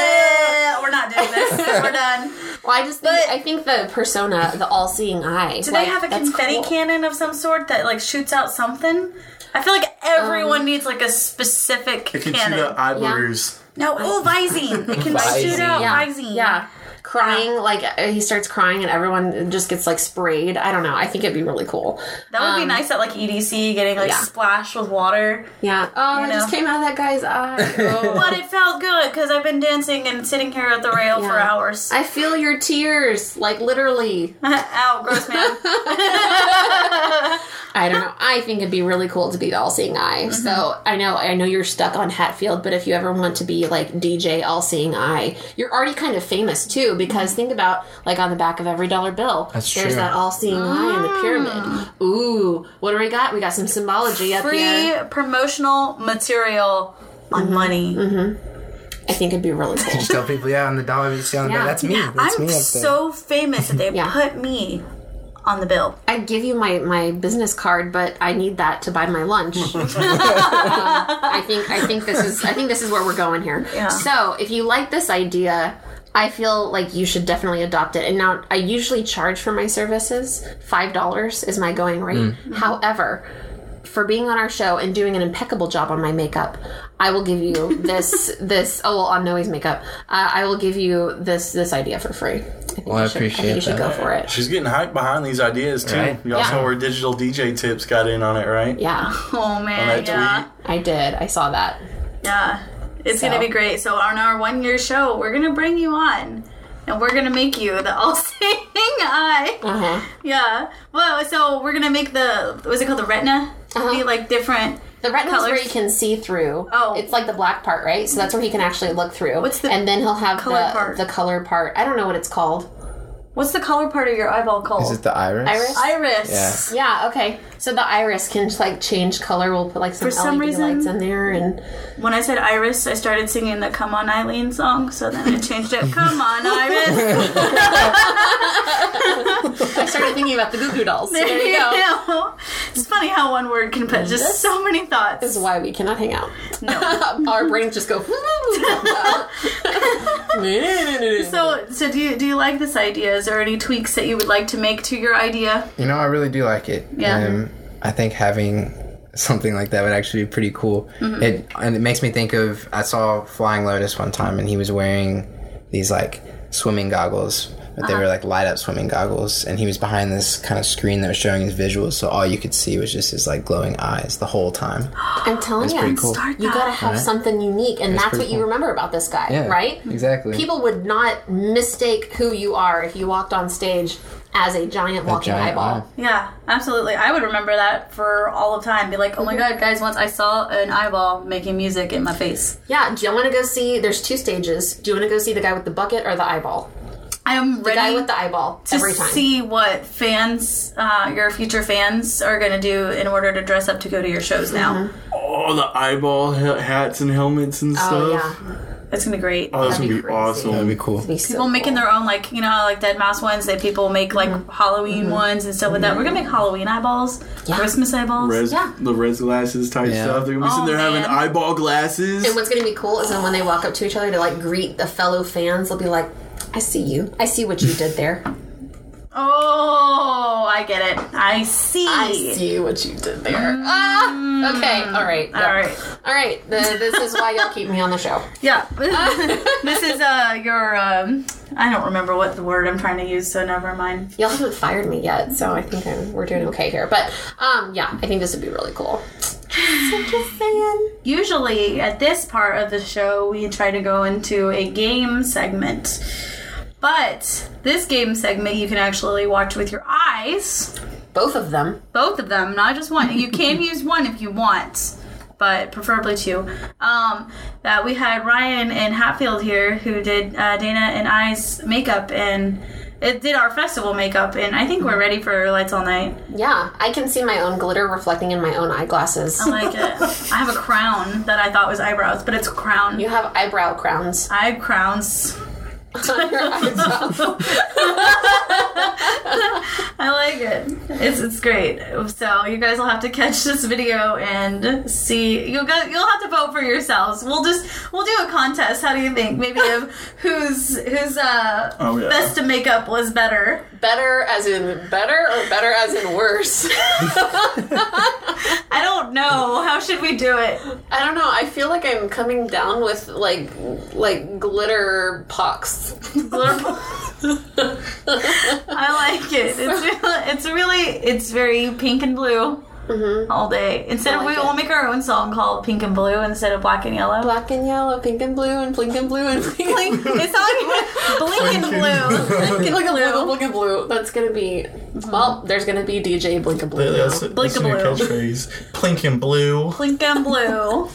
Speaker 1: Eh, We're not doing this. We're done.
Speaker 3: Well, I just think, I think the persona, the all-seeing eye.
Speaker 1: Do they have a confetti
Speaker 3: can?
Speaker 1: cannon of some sort that like shoots out something? I feel like everyone
Speaker 3: Um,
Speaker 1: needs like a specific
Speaker 2: It can
Speaker 1: canon.
Speaker 2: shoot out eye boogers.
Speaker 1: No, oh, Visine. It can
Speaker 4: Visine.
Speaker 1: shoot out
Speaker 3: yeah,
Speaker 1: Visine.
Speaker 3: yeah. Crying like uh, he starts crying and everyone just gets like sprayed. I don't know. I think it'd be really cool.
Speaker 1: That would be nice at like EDC getting like
Speaker 3: Um, yeah.
Speaker 1: splashed with water.
Speaker 3: Yeah. Oh, it
Speaker 1: know.
Speaker 3: just came out of that guy's eye. Oh.
Speaker 1: But it felt good because I've been dancing and sitting here at the rail for
Speaker 3: Yeah.
Speaker 1: hours.
Speaker 3: I feel your tears, like literally.
Speaker 1: Ow, gross man.
Speaker 3: I don't know. I think it'd be really cool to be the all seeing eye.
Speaker 1: Mm-hmm.
Speaker 3: So I know, I know you're stuck on Hatfield, but if you ever want to be like DJ all seeing eye, you're already kind of famous too.
Speaker 1: Mm-hmm.
Speaker 3: Because think about like on the back of every dollar bill,
Speaker 4: That's
Speaker 3: there's
Speaker 4: true.
Speaker 3: that all seeing eye in the pyramid. Ooh, what do we got? We got some symbology up
Speaker 1: Ah. Free
Speaker 3: here.
Speaker 1: promotional material on money.
Speaker 3: I think it'd be really cool.
Speaker 4: Just tell people, yeah, on the dollar you see on the
Speaker 3: Yeah.
Speaker 4: bill, that's me. That's
Speaker 1: I'm
Speaker 4: me up there.
Speaker 1: so famous that they
Speaker 3: Yeah.
Speaker 1: put me on the bill.
Speaker 3: I give you my my business card, but I need that to buy my lunch. Um, I think I think this is I think this is where we're going here.
Speaker 1: Yeah.
Speaker 3: So if you like this idea, I feel like you should definitely adopt it. And now I usually charge for my services five dollars is my going rate. However. For being on our show and doing an impeccable job on my makeup, I will give you this this oh well on Noe's makeup. Uh, I will give you this this idea for free. I think
Speaker 4: Well, I
Speaker 3: you should- I
Speaker 4: appreciate
Speaker 3: think you should
Speaker 4: that.
Speaker 3: go for it.
Speaker 2: She's getting hyped behind these ideas too.
Speaker 4: Right.
Speaker 2: Y'all
Speaker 3: Yeah.
Speaker 2: saw where digital DJ tips got in on it, right?
Speaker 3: Yeah,
Speaker 1: Oh man,
Speaker 2: that
Speaker 1: yeah.
Speaker 3: I did. I saw that.
Speaker 1: Yeah. It's gonna
Speaker 3: So.
Speaker 1: be great. So on our one year show, we're gonna bring you on. And we're gonna make you the all seeing eye.
Speaker 3: Uh-huh.
Speaker 1: Yeah. Well, so we're gonna make the what's it called? The retina?
Speaker 3: Uh-huh.
Speaker 1: Be like different
Speaker 3: The retina's
Speaker 1: Colors.
Speaker 3: where he can see through.
Speaker 1: Oh.
Speaker 3: it's like the black part, right? So that's where he can actually look through.
Speaker 1: What's the
Speaker 3: and then he'll have
Speaker 1: color
Speaker 3: the
Speaker 1: part?
Speaker 3: the color part. I don't know what it's called.
Speaker 1: what's the color part of your eyeball called?
Speaker 4: Is it the iris?
Speaker 3: Iris?
Speaker 1: Iris.
Speaker 4: Yeah.
Speaker 3: Yeah. Okay. So the iris can just like change color. We'll put like some,
Speaker 1: For some
Speaker 3: LED
Speaker 1: reason-
Speaker 3: lights in there, and
Speaker 1: When I said Iris, I started singing the Come On Eileen song, so then I changed it. Come on, Iris.
Speaker 3: I started thinking about the Goo Goo Dolls. So there you go.
Speaker 1: go. It's funny how one word can put just so many
Speaker 3: This
Speaker 1: thoughts.
Speaker 3: is why we cannot hang out.
Speaker 1: No.
Speaker 3: Our brains just go.
Speaker 1: So, so do you, do you like this idea? Is there any tweaks that you would like to make to your idea?
Speaker 4: You know, I really do like it.
Speaker 1: Yeah.
Speaker 4: Um, I think having something like that would actually be pretty cool.
Speaker 3: Mm-hmm.
Speaker 4: It and it makes me think of I saw Flying Lotus one time, and he was wearing these like swimming goggles, but
Speaker 3: Uh-huh.
Speaker 4: they were like light up swimming goggles, and he was behind this kind of screen that was showing his visuals, so all you could see was just his like glowing eyes the whole time.
Speaker 3: I'm telling you,
Speaker 4: pretty cool. Start
Speaker 3: you
Speaker 1: that.
Speaker 3: gotta have something unique, and that's what
Speaker 4: pretty
Speaker 3: you
Speaker 4: cool.
Speaker 3: remember about this guy,
Speaker 4: Yeah,
Speaker 3: right?
Speaker 4: exactly.
Speaker 3: People would not mistake who you are if you walked on stage as a giant walking
Speaker 4: giant
Speaker 3: eyeball.
Speaker 1: Yeah, absolutely. I would remember that for all of time. Be like, oh my
Speaker 3: Mm-hmm.
Speaker 1: god, guys! Once I saw an eyeball making music in my face.
Speaker 3: Yeah, do you want to go see? There's two stages. Do you want to go see the guy with the bucket or the eyeball?
Speaker 1: I am
Speaker 3: The guy
Speaker 1: ready
Speaker 3: with the eyeball
Speaker 1: to
Speaker 3: every time.
Speaker 1: see what fans, uh, your future fans, are going to do in order to dress up to go to your shows. Now,
Speaker 3: Mm-hmm.
Speaker 2: All the eyeball he- hats and helmets and stuff.
Speaker 3: oh yeah,
Speaker 1: it's going to be great.
Speaker 2: Oh, that's
Speaker 3: That'd
Speaker 2: gonna be,
Speaker 3: be crazy.
Speaker 2: awesome.
Speaker 4: That'd be cool.
Speaker 3: Be so
Speaker 1: People making their own, like you know, how like Dead Mouse ones that people make like
Speaker 3: Mm-hmm.
Speaker 1: Halloween ones and stuff like that. We're gonna make Halloween eyeballs, Christmas eyeballs.
Speaker 2: Res,
Speaker 3: Yeah.
Speaker 2: The res glasses type
Speaker 4: Yeah.
Speaker 2: stuff. They're gonna be sitting
Speaker 1: Oh,
Speaker 2: there having
Speaker 1: man.
Speaker 2: eyeball glasses.
Speaker 3: And what's gonna be cool is then when they walk up to each other to like greet the fellow fans, they'll be like, "I see you. I see what you did there.
Speaker 1: Oh, I get it. I see.
Speaker 3: I see what you did there." Ah, okay, all right,
Speaker 1: All
Speaker 3: yeah.
Speaker 1: right.
Speaker 3: All right, th- this is why y'all keep me on the show.
Speaker 1: Yeah. this is uh your um I don't remember what the word I'm trying to use, so never mind.
Speaker 3: Y'all haven't fired me yet, so I think I'm, we're doing okay here. But um, yeah, I think this would be really cool. Just saying.
Speaker 1: Usually at this part of the show we try to go into a game segment. But this game segment you can actually watch with your eyes.
Speaker 3: Both of them.
Speaker 1: Both of them, not just one. You can use one if you want. But preferably two. Um, that we had Ryan and Hatfield here who did uh, Dana and I's makeup and it did our festival makeup and I think we're ready for lights all night.
Speaker 3: Yeah, I can see my own glitter reflecting in my own eyeglasses.
Speaker 1: I like it. I have a crown that I thought was eyebrows, but it's a crown.
Speaker 3: You have eyebrow crowns
Speaker 1: I have crowns.
Speaker 3: on your eyebrows.
Speaker 1: I like it. It's it's great. So you guys will have to catch this video and see. You'll go, you'll have to vote for yourselves. We'll just we'll do a contest. How do you think? Maybe of whose whose uh
Speaker 2: Oh, yeah.
Speaker 1: best to makeup was better.
Speaker 3: Better as in better or better as in worse?
Speaker 1: I don't know. How should we do it?
Speaker 3: I don't know. I feel like I'm coming down with like like glitter pox.
Speaker 1: I like it. It's really, it's really it's very pink and blue all day. Instead of
Speaker 3: Mm-hmm. I
Speaker 1: we
Speaker 3: like it.
Speaker 1: will make our own song called Pink and Blue instead of Black and Yellow.
Speaker 3: Black and yellow, pink and blue, and blink and blue and blink
Speaker 1: Blink- it's not blink and blue. Blink and
Speaker 3: Blink and blue,
Speaker 1: blue.
Speaker 3: blink and blue. That's gonna be well. There's gonna be DJ blink and blue.
Speaker 2: That's,
Speaker 3: now.
Speaker 2: that's a new
Speaker 1: Blinkable.
Speaker 2: catchphrase. Plink and blue.
Speaker 1: Blink and blue.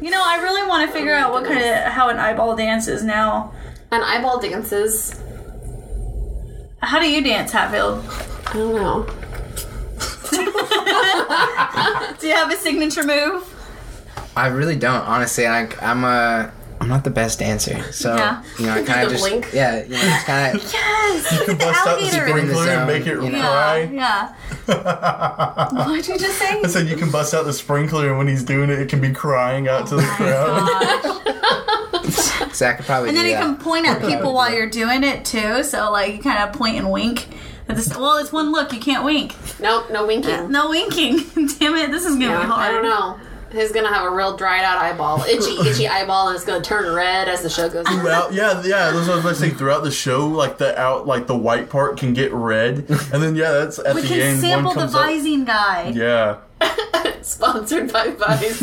Speaker 1: You know, I really
Speaker 3: Oh
Speaker 1: want to figure out what kind of how an eyeball dance is now.
Speaker 3: And eyeball dances.
Speaker 1: How do you dance, Hatfield?
Speaker 3: I don't know.
Speaker 1: Do you have a signature move?
Speaker 4: I really don't, honestly. I, I'm a, I'm not the best dancer, so
Speaker 1: Yeah.
Speaker 4: you know, I kind
Speaker 3: The
Speaker 4: of just,
Speaker 3: blink.
Speaker 4: yeah, you know, just kind of.
Speaker 1: Yes, look at the
Speaker 2: Bust out the
Speaker 1: alligator.
Speaker 4: spring-
Speaker 2: sprinkler and
Speaker 4: Been in the
Speaker 2: make it
Speaker 4: zone, you know.
Speaker 1: yeah,
Speaker 2: cry.
Speaker 1: yeah. What'd you just say?
Speaker 2: I said you can bust out the sprinkler, and when he's doing it, it can be crying out to the crowd.
Speaker 4: So I could probably
Speaker 1: And then
Speaker 4: do
Speaker 1: you
Speaker 4: that.
Speaker 1: can point at people while you're doing it too. So like you kind of point and wink. At this, well, it's one look. You can't wink.
Speaker 3: Nope, no winking.
Speaker 1: No winking. Damn it! This is gonna be
Speaker 3: Yeah,
Speaker 1: hard.
Speaker 3: I don't know. He's gonna have a real dried out eyeball, itchy, itchy eyeball, and it's gonna turn red as the show goes. on.
Speaker 2: Throughout, yeah, yeah. That's what I was about to say. Throughout the show, like the out, like the white part can get red, and then yeah, that's at
Speaker 1: We
Speaker 2: the
Speaker 1: can
Speaker 2: end.
Speaker 1: sample
Speaker 2: one
Speaker 1: the
Speaker 2: comes up.
Speaker 1: visine guy.
Speaker 2: Yeah,
Speaker 3: Sponsored by Vice.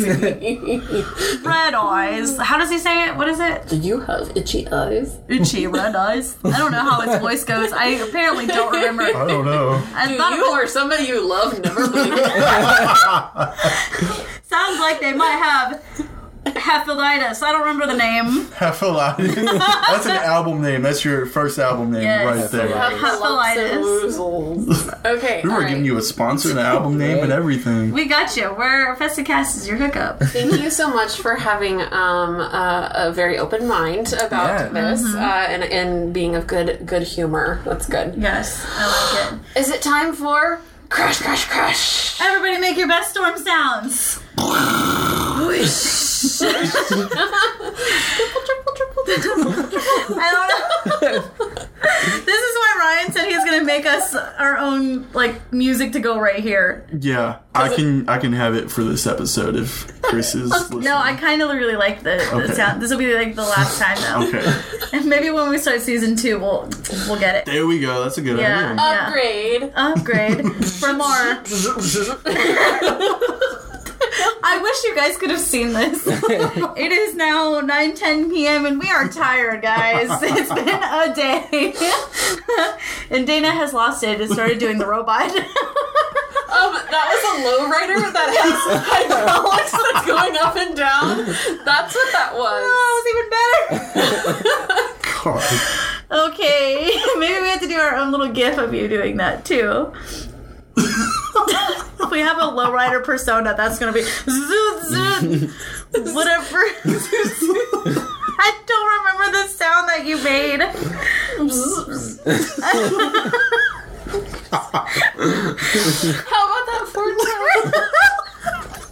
Speaker 1: Red eyes. How does he say it? What is it?
Speaker 3: Do you have itchy eyes?
Speaker 1: Uchi red eyes. I don't know how his voice goes. I apparently don't remember.
Speaker 2: I don't know.
Speaker 1: I
Speaker 3: Do
Speaker 1: thought
Speaker 3: you
Speaker 1: it
Speaker 3: or somebody you love never believe?
Speaker 1: sounds like they might have hepatitis. I don't remember the name.
Speaker 2: Half a lot. That's an album name. That's your first album name,
Speaker 1: Yes.
Speaker 2: right there.
Speaker 3: Hepatitis. Okay.
Speaker 2: We were
Speaker 3: alright.
Speaker 2: giving you a sponsor and an album name and everything.
Speaker 1: We got you. We're Festicast is your hookup.
Speaker 3: Thank you so much for having um, uh, a very open mind
Speaker 4: Yeah.
Speaker 3: about this uh, and, and being of good good humor. That's good.
Speaker 1: Yes, I like it.
Speaker 3: Is it time for crash, crash, crash?
Speaker 1: Everybody make your best storm sounds. I don't know. this is why Ryan said he's gonna make us our own like music to go right here.
Speaker 2: Yeah, I can I can have it for this episode if Chris is listening.
Speaker 1: No, I kind of really like the, the
Speaker 2: Okay.
Speaker 1: sound. This will be like the last time though,
Speaker 2: okay.
Speaker 1: and maybe when we start season two, we'll we'll get it.
Speaker 2: There we go. That's a good
Speaker 1: Yeah.
Speaker 3: Oh.
Speaker 2: idea.
Speaker 1: Yeah.
Speaker 3: Upgrade.
Speaker 1: Upgrade from our. I wish you guys could have seen this. it is now 9 10 p.m. and we are tired, guys. It's been a day. and Dana has lost it and started doing the robot.
Speaker 3: Um, that was a lowrider that has hydraulics that's going up and down. That's what that was.
Speaker 1: oh, it's even better.
Speaker 2: God.
Speaker 1: Okay, maybe we have to do our own little gif of you doing that too. we have a lowrider persona that's gonna be zoot zoot whatever. I don't remember the sound that you made.
Speaker 3: How about that Ford Taurus?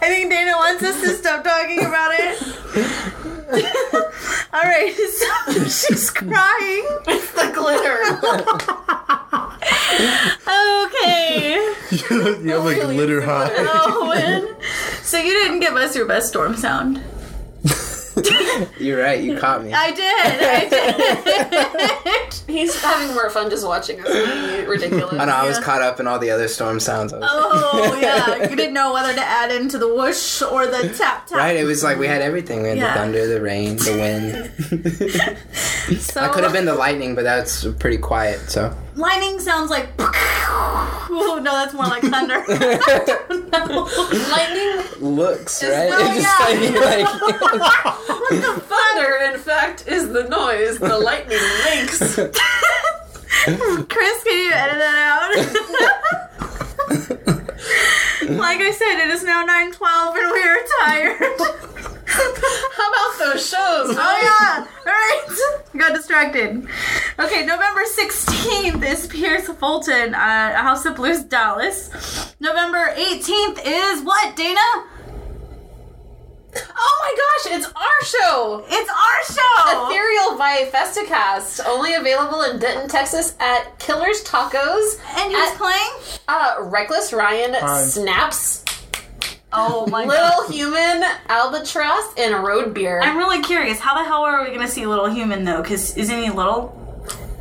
Speaker 1: I think Dana wants us to stop talking about it. All right, so she's crying.
Speaker 3: It's the glitter.
Speaker 1: Okay.
Speaker 2: you have like glitter high.
Speaker 1: Owen. So you didn't give us your best storm sound.
Speaker 4: You're right. You caught me.
Speaker 1: I did. I did.
Speaker 3: He's having more fun just watching us be ridiculous.
Speaker 4: I know. I was caught up in all the other storm sounds. I was,
Speaker 1: Oh yeah, you didn't know whether to add into the whoosh or the tap tap.
Speaker 4: Right? It was like we had everything. We had
Speaker 1: Yeah.
Speaker 4: the thunder, the rain, the wind.
Speaker 1: So
Speaker 4: I could have been the lightning, but that's pretty quiet. So
Speaker 1: lightning sounds like. Oh no, that's more like thunder.
Speaker 3: Lightning
Speaker 4: looks right.
Speaker 3: well,
Speaker 4: It's just like, like
Speaker 3: thunder, in fact, is the noise the lightning makes.
Speaker 1: Chris, can you edit that out? like I said, it is now nine twelve, and we are tired.
Speaker 3: How about those shows?
Speaker 1: oh yeah, all right. Got distracted. Okay, November 16th is Pierce Fulton at House of Blues, Dallas. November 18th is what, Dana?
Speaker 3: Oh my gosh, it's our show!
Speaker 1: It's our show!
Speaker 3: Ethereal by Festicast, only available in Denton, Texas at Killer's Tacos.
Speaker 1: and who's
Speaker 3: at-
Speaker 1: playing?
Speaker 3: Uh, Reckless Ryan snaps
Speaker 1: Oh my god.
Speaker 3: Little Human Albatross and Road Beer.
Speaker 1: I'm really curious. How the hell are we gonna see Little Human though? Because isn't he little?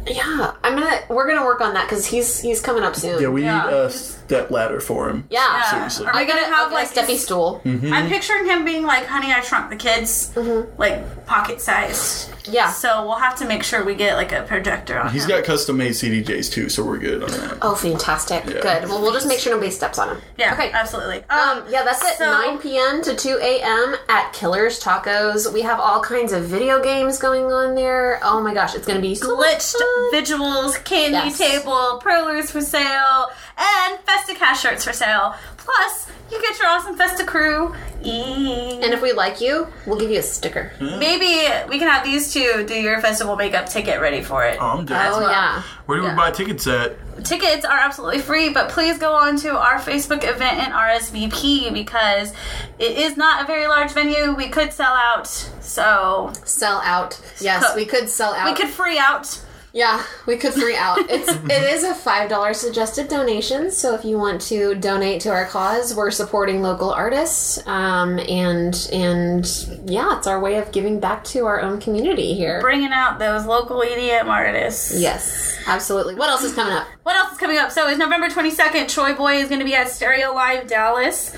Speaker 3: yeah, I'm gonna we're gonna work on that because he's he's coming up soon.
Speaker 2: Yeah, we
Speaker 1: Yeah.
Speaker 2: need a step ladder for him.
Speaker 3: yeah.
Speaker 2: Seriously.
Speaker 1: Uh, Are we
Speaker 3: I
Speaker 1: gonna have like
Speaker 3: a steppy
Speaker 1: his-
Speaker 3: stool.
Speaker 1: I'm picturing him being like, "Honey, I Shrunk the Kids," like pocket sized.
Speaker 3: Mm-hmm. Yeah.
Speaker 1: So we'll have to make sure we get like a projector on
Speaker 2: He's
Speaker 1: him.
Speaker 2: got custom made CDJs too, so we're good on that.
Speaker 3: Oh, fantastic! Good. Well, we'll just make sure nobody steps on him.
Speaker 1: yeah,
Speaker 3: Okay.
Speaker 1: absolutely.
Speaker 3: Um, yeah, that's at
Speaker 1: so-
Speaker 3: 9 p.m. to 2 a.m. at Killer's Tacos. We have all kinds of video games going on there. Oh my gosh, it's gonna be so
Speaker 1: glitched
Speaker 3: fun.
Speaker 1: vigils, candy
Speaker 3: Yes.
Speaker 1: table, prowlers for sale, and Festicash shirts for sale. Plus, you get your awesome Festa crew.
Speaker 3: And if we like you, we'll give you a sticker.
Speaker 1: Hmm. Maybe we can have these two do your festival makeup ticket ready for it.
Speaker 2: I'm
Speaker 3: Oh yeah.
Speaker 2: Where do we buy tickets at?
Speaker 1: Tickets are absolutely free, but please go on to our Facebook event and RSVP because it is not a very large venue. We could sell out, so
Speaker 3: Sell out. Yes,
Speaker 1: Cook.
Speaker 3: we could sell out.
Speaker 1: we could free out.
Speaker 3: Yeah, we could free out. It's it is a five dollar suggested donation. So if you want to donate to our cause, we're supporting local artists, um, and and yeah, it's our way of giving back to our own community here.
Speaker 1: Bringing out those local EDM artists.
Speaker 3: Yes, absolutely. What else is coming up?
Speaker 1: What else is coming up? So it's November 22nd. Troy Boy is going to be at Stereo Live Dallas.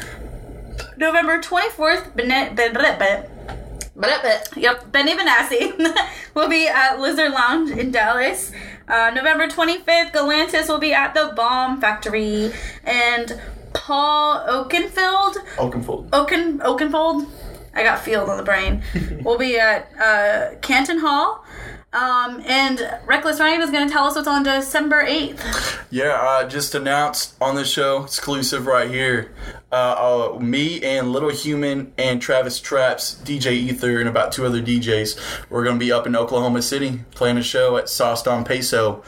Speaker 1: November 24th, Bene- Ben- Ben- Ben-
Speaker 3: But up it.
Speaker 1: Yep, Benny Benassi will be at Lizard Lounge in Dallas. Uh, November 25th, Galantis will be at the Bomb Factory. And Paul Oakenfield,
Speaker 2: Oakenfold.
Speaker 1: Oaken, Oakenfold, I got field on the brain, will be at uh, Canton Hall. Um, and Reckless Ryan is going to tell us what's on December 8th.
Speaker 2: Yeah, I just announced on the show, exclusive right here. Uh, uh, me and Little Human and Travis Traps, DJ Ether, and about two other DJs, we're going to be up in Oklahoma City playing a show at Sauced on Peso.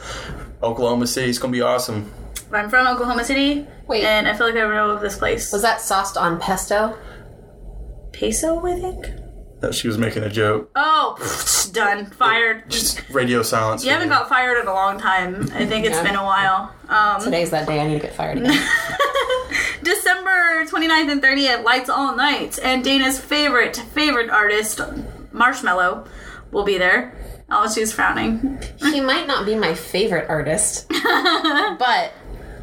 Speaker 2: Oklahoma City. It's going to be awesome.
Speaker 1: I'm from Oklahoma City.
Speaker 3: Wait.
Speaker 1: And I feel like I know of this place.
Speaker 3: Was that sauced on pesto?
Speaker 1: Peso, I think?
Speaker 2: That she was making a joke.
Speaker 1: Oh, done. Fired.
Speaker 2: Just radio silence.
Speaker 1: You haven't got fired in a long time. I think it's
Speaker 3: Yeah.
Speaker 1: been a while. Um,
Speaker 3: Today's that day. I need to get fired again.
Speaker 1: December 29th and 30th, Lights All Night, and Dana's favorite, favorite artist, Marshmallow, will be there. Oh, she's frowning.
Speaker 3: he might not be my favorite artist, but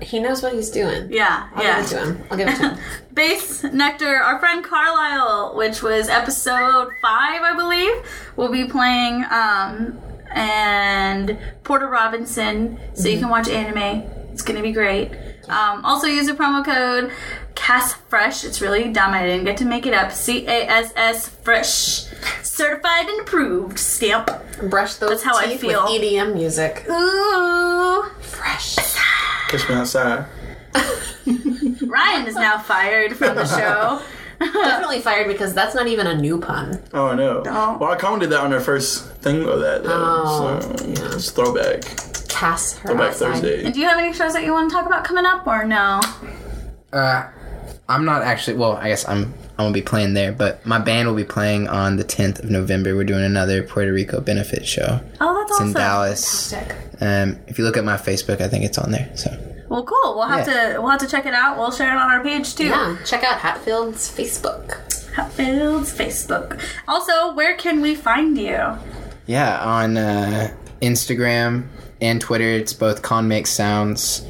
Speaker 3: he knows what he's doing.
Speaker 1: Yeah,
Speaker 3: I'll
Speaker 1: yeah.
Speaker 3: give it to him. I'll give it to him.
Speaker 1: Base Nectar, our friend Carlisle, which was episode five, I believe, will be playing, um, and Porter Robinson, so
Speaker 4: Mm-hmm.
Speaker 1: you can watch anime. It's gonna be great. Um, also, use the promo code CASFRESH. It's really dumb. I didn't get to make it up. C A S S Fresh. Certified and approved. Stamp.
Speaker 3: Brush
Speaker 1: That's
Speaker 3: those
Speaker 1: how I
Speaker 3: teeth
Speaker 1: feel.
Speaker 3: with EDM music.
Speaker 1: Ooh.
Speaker 3: Fresh.
Speaker 2: Catch me outside.
Speaker 1: Ryan is now fired from the show.
Speaker 3: Definitely fired because that's not even a new pun.
Speaker 2: Oh, no. Well, I commented that on our first thing of that. Though,
Speaker 3: Oh,
Speaker 2: so, it's throwback.
Speaker 3: Cass her
Speaker 2: Throwback
Speaker 3: outside.
Speaker 2: Thursday.
Speaker 1: And do you have any shows that you want to talk about coming up or no?
Speaker 4: Uh, I'm not actually. Well, I guess I'm. I won't be playing there, but my band will be playing on the 10th of November. We're doing another Puerto Rico benefit show.
Speaker 1: Oh, that's
Speaker 4: It's
Speaker 1: awesome.
Speaker 4: in Dallas. Um, if you look at my Facebook, I think it's on there. So
Speaker 1: Well, cool. We'll have
Speaker 4: Yeah.
Speaker 1: to we'll have to check it out. We'll share it on our page too.
Speaker 3: Yeah, check out Hatfield's Facebook.
Speaker 1: Hatfield's Facebook. Also, where can we find you?
Speaker 4: yeah, on uh, Instagram and Twitter, it's both Con Makes Sounds.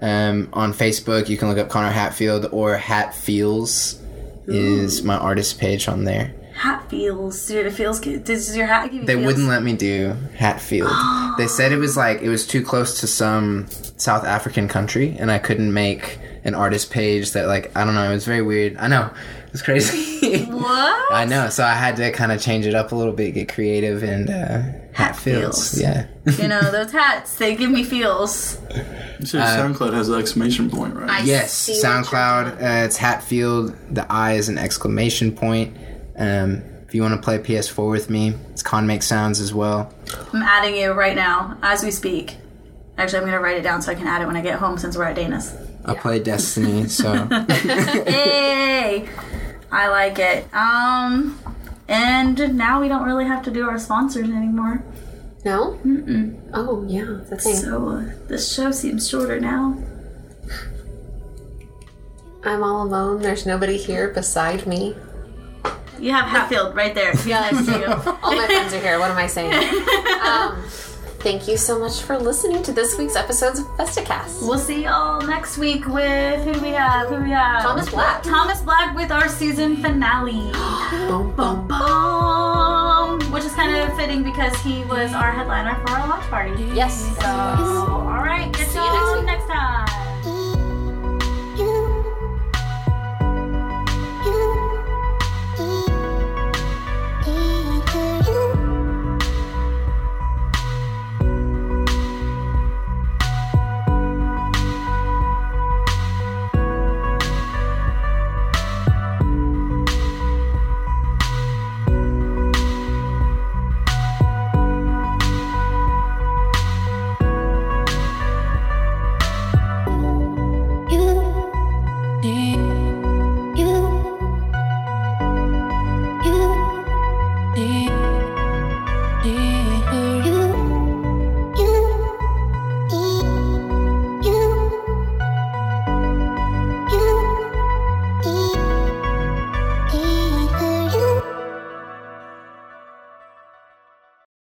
Speaker 4: Um, on Facebook, you can look up Connor Hatfield or Hatfields is my artist page on there.
Speaker 1: Hat feels. Did it feels? good? Does your hat give you?
Speaker 4: They
Speaker 1: feels?
Speaker 4: wouldn't let me do Hatfield. they said it was like it was too close to some South African country, and I couldn't make an artist page that like I don't know. It was very weird. I know it was crazy.
Speaker 1: What?
Speaker 4: I know, so I had to kind of change it up a little bit, get creative, and uh,
Speaker 1: Hatfields.
Speaker 4: Hatfields. Yeah.
Speaker 1: you know those hats. They give me feels.
Speaker 2: So SoundCloud has an exclamation point, right?
Speaker 3: I
Speaker 4: yes,
Speaker 3: see what you're
Speaker 4: SoundCloud.
Speaker 3: doing.
Speaker 4: Uh, it's Hatfield. The I is an exclamation point. Um, if you want to play PS4 with me, it's Con Make Sounds as well.
Speaker 1: I'm adding you right now as we speak. Actually, I'm gonna write it down so I can add it when I get home since we're at Dana's.
Speaker 4: I play Destiny, so
Speaker 1: Hey, I like it. Um, and now we don't really have to do our sponsors anymore.
Speaker 3: No? Oh, yeah. That's a thing.
Speaker 1: So uh, this show seems shorter now.
Speaker 3: I'm all alone. There's nobody here beside me.
Speaker 1: You have Hatfield right there. Yeah, next to you.
Speaker 3: All my friends are here. What am I saying? um, thank you so much for listening to this week's episodes of Festicast.
Speaker 1: We'll see y'all next week with who do we have? Who do we have?
Speaker 3: Thomas Black.
Speaker 1: Thomas Black with our season finale. Boom, boom. Which is kind of fitting because he was our headliner for our launch party.
Speaker 3: Yes.
Speaker 1: So, all right. Good
Speaker 3: See you next week.
Speaker 1: Next time.